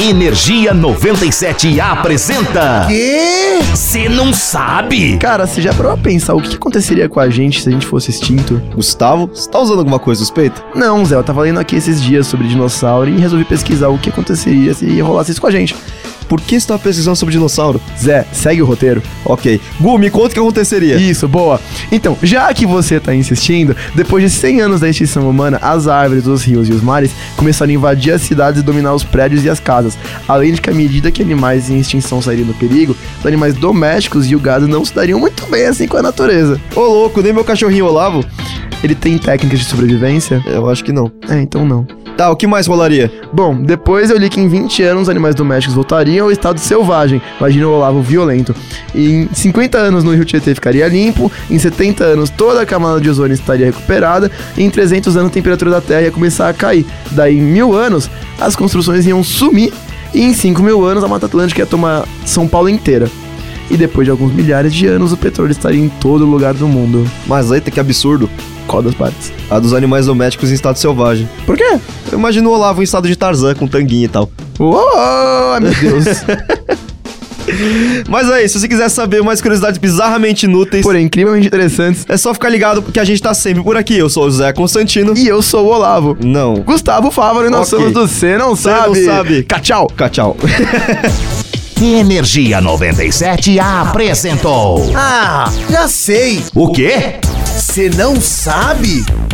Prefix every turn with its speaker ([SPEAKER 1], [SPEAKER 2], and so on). [SPEAKER 1] Energia 97 apresenta.
[SPEAKER 2] Quê?
[SPEAKER 1] Você não sabe?
[SPEAKER 2] Cara, você já parou a pensar o que aconteceria com a gente se a gente fosse extinto?
[SPEAKER 3] Gustavo, você tá usando alguma coisa suspeita?
[SPEAKER 2] Não, Zé, eu tava lendo aqui esses dias sobre dinossauro e resolvi pesquisar o que aconteceria se rolasse isso com a gente.
[SPEAKER 3] Por que você tá pesquisando sobre dinossauro?
[SPEAKER 2] Zé, segue o roteiro.
[SPEAKER 3] Ok. Gu, me conta o que aconteceria.
[SPEAKER 2] Isso, boa. Então, já que você tá insistindo, depois de 100 anos da extinção humana, as árvores, os rios e os mares começaram a invadir as cidades e dominar os prédios e as casas. Além de que, à medida que animais em extinção sairiam do perigo, os animais domésticos e o gado não se dariam muito bem assim com a natureza.
[SPEAKER 3] Ô louco, nem meu cachorrinho Olavo?
[SPEAKER 2] Ele tem técnicas de sobrevivência?
[SPEAKER 3] Eu acho que não.
[SPEAKER 2] É, então não.
[SPEAKER 3] Tá, o que mais rolaria?
[SPEAKER 2] Bom, depois eu li que em 20 anos os animais domésticos voltariam ao estado selvagem. Imagina o Olavo violento. Em 50 anos no Rio Tietê ficaria limpo, em 70 anos toda a camada de ozônio estaria recuperada, e em 300 anos a temperatura da Terra ia começar a cair. Daí em mil anos as construções iam sumir e em 5 mil anos a Mata Atlântica ia tomar São Paulo inteira. E depois de alguns milhares de anos o petróleo estaria em todo lugar do mundo.
[SPEAKER 3] Mas eita, que absurdo.
[SPEAKER 2] Qual das partes?
[SPEAKER 3] A dos animais domésticos em estado selvagem.
[SPEAKER 2] Por quê?
[SPEAKER 3] Eu imagino o Olavo em estado de Tarzan, com tanguinha e tal.
[SPEAKER 2] Uou, meu Deus.
[SPEAKER 3] Mas aí, se você quiser saber mais curiosidades bizarramente inúteis,
[SPEAKER 2] Porém, incrivelmente interessantes.
[SPEAKER 3] é só ficar ligado porque a gente tá sempre por aqui. Eu sou o José Constantino.
[SPEAKER 2] E eu sou o Olavo.
[SPEAKER 3] Não.
[SPEAKER 2] Gustavo Fávaro e nós
[SPEAKER 3] Ok.
[SPEAKER 2] somos do Cê Não
[SPEAKER 3] Cê Não
[SPEAKER 2] Sabe.
[SPEAKER 3] Sabe.
[SPEAKER 2] Cá, Tchau.
[SPEAKER 3] Cá, tchau.
[SPEAKER 1] Energia 97 apresentou.
[SPEAKER 4] Ah, já sei.
[SPEAKER 1] O quê?
[SPEAKER 4] Você não sabe?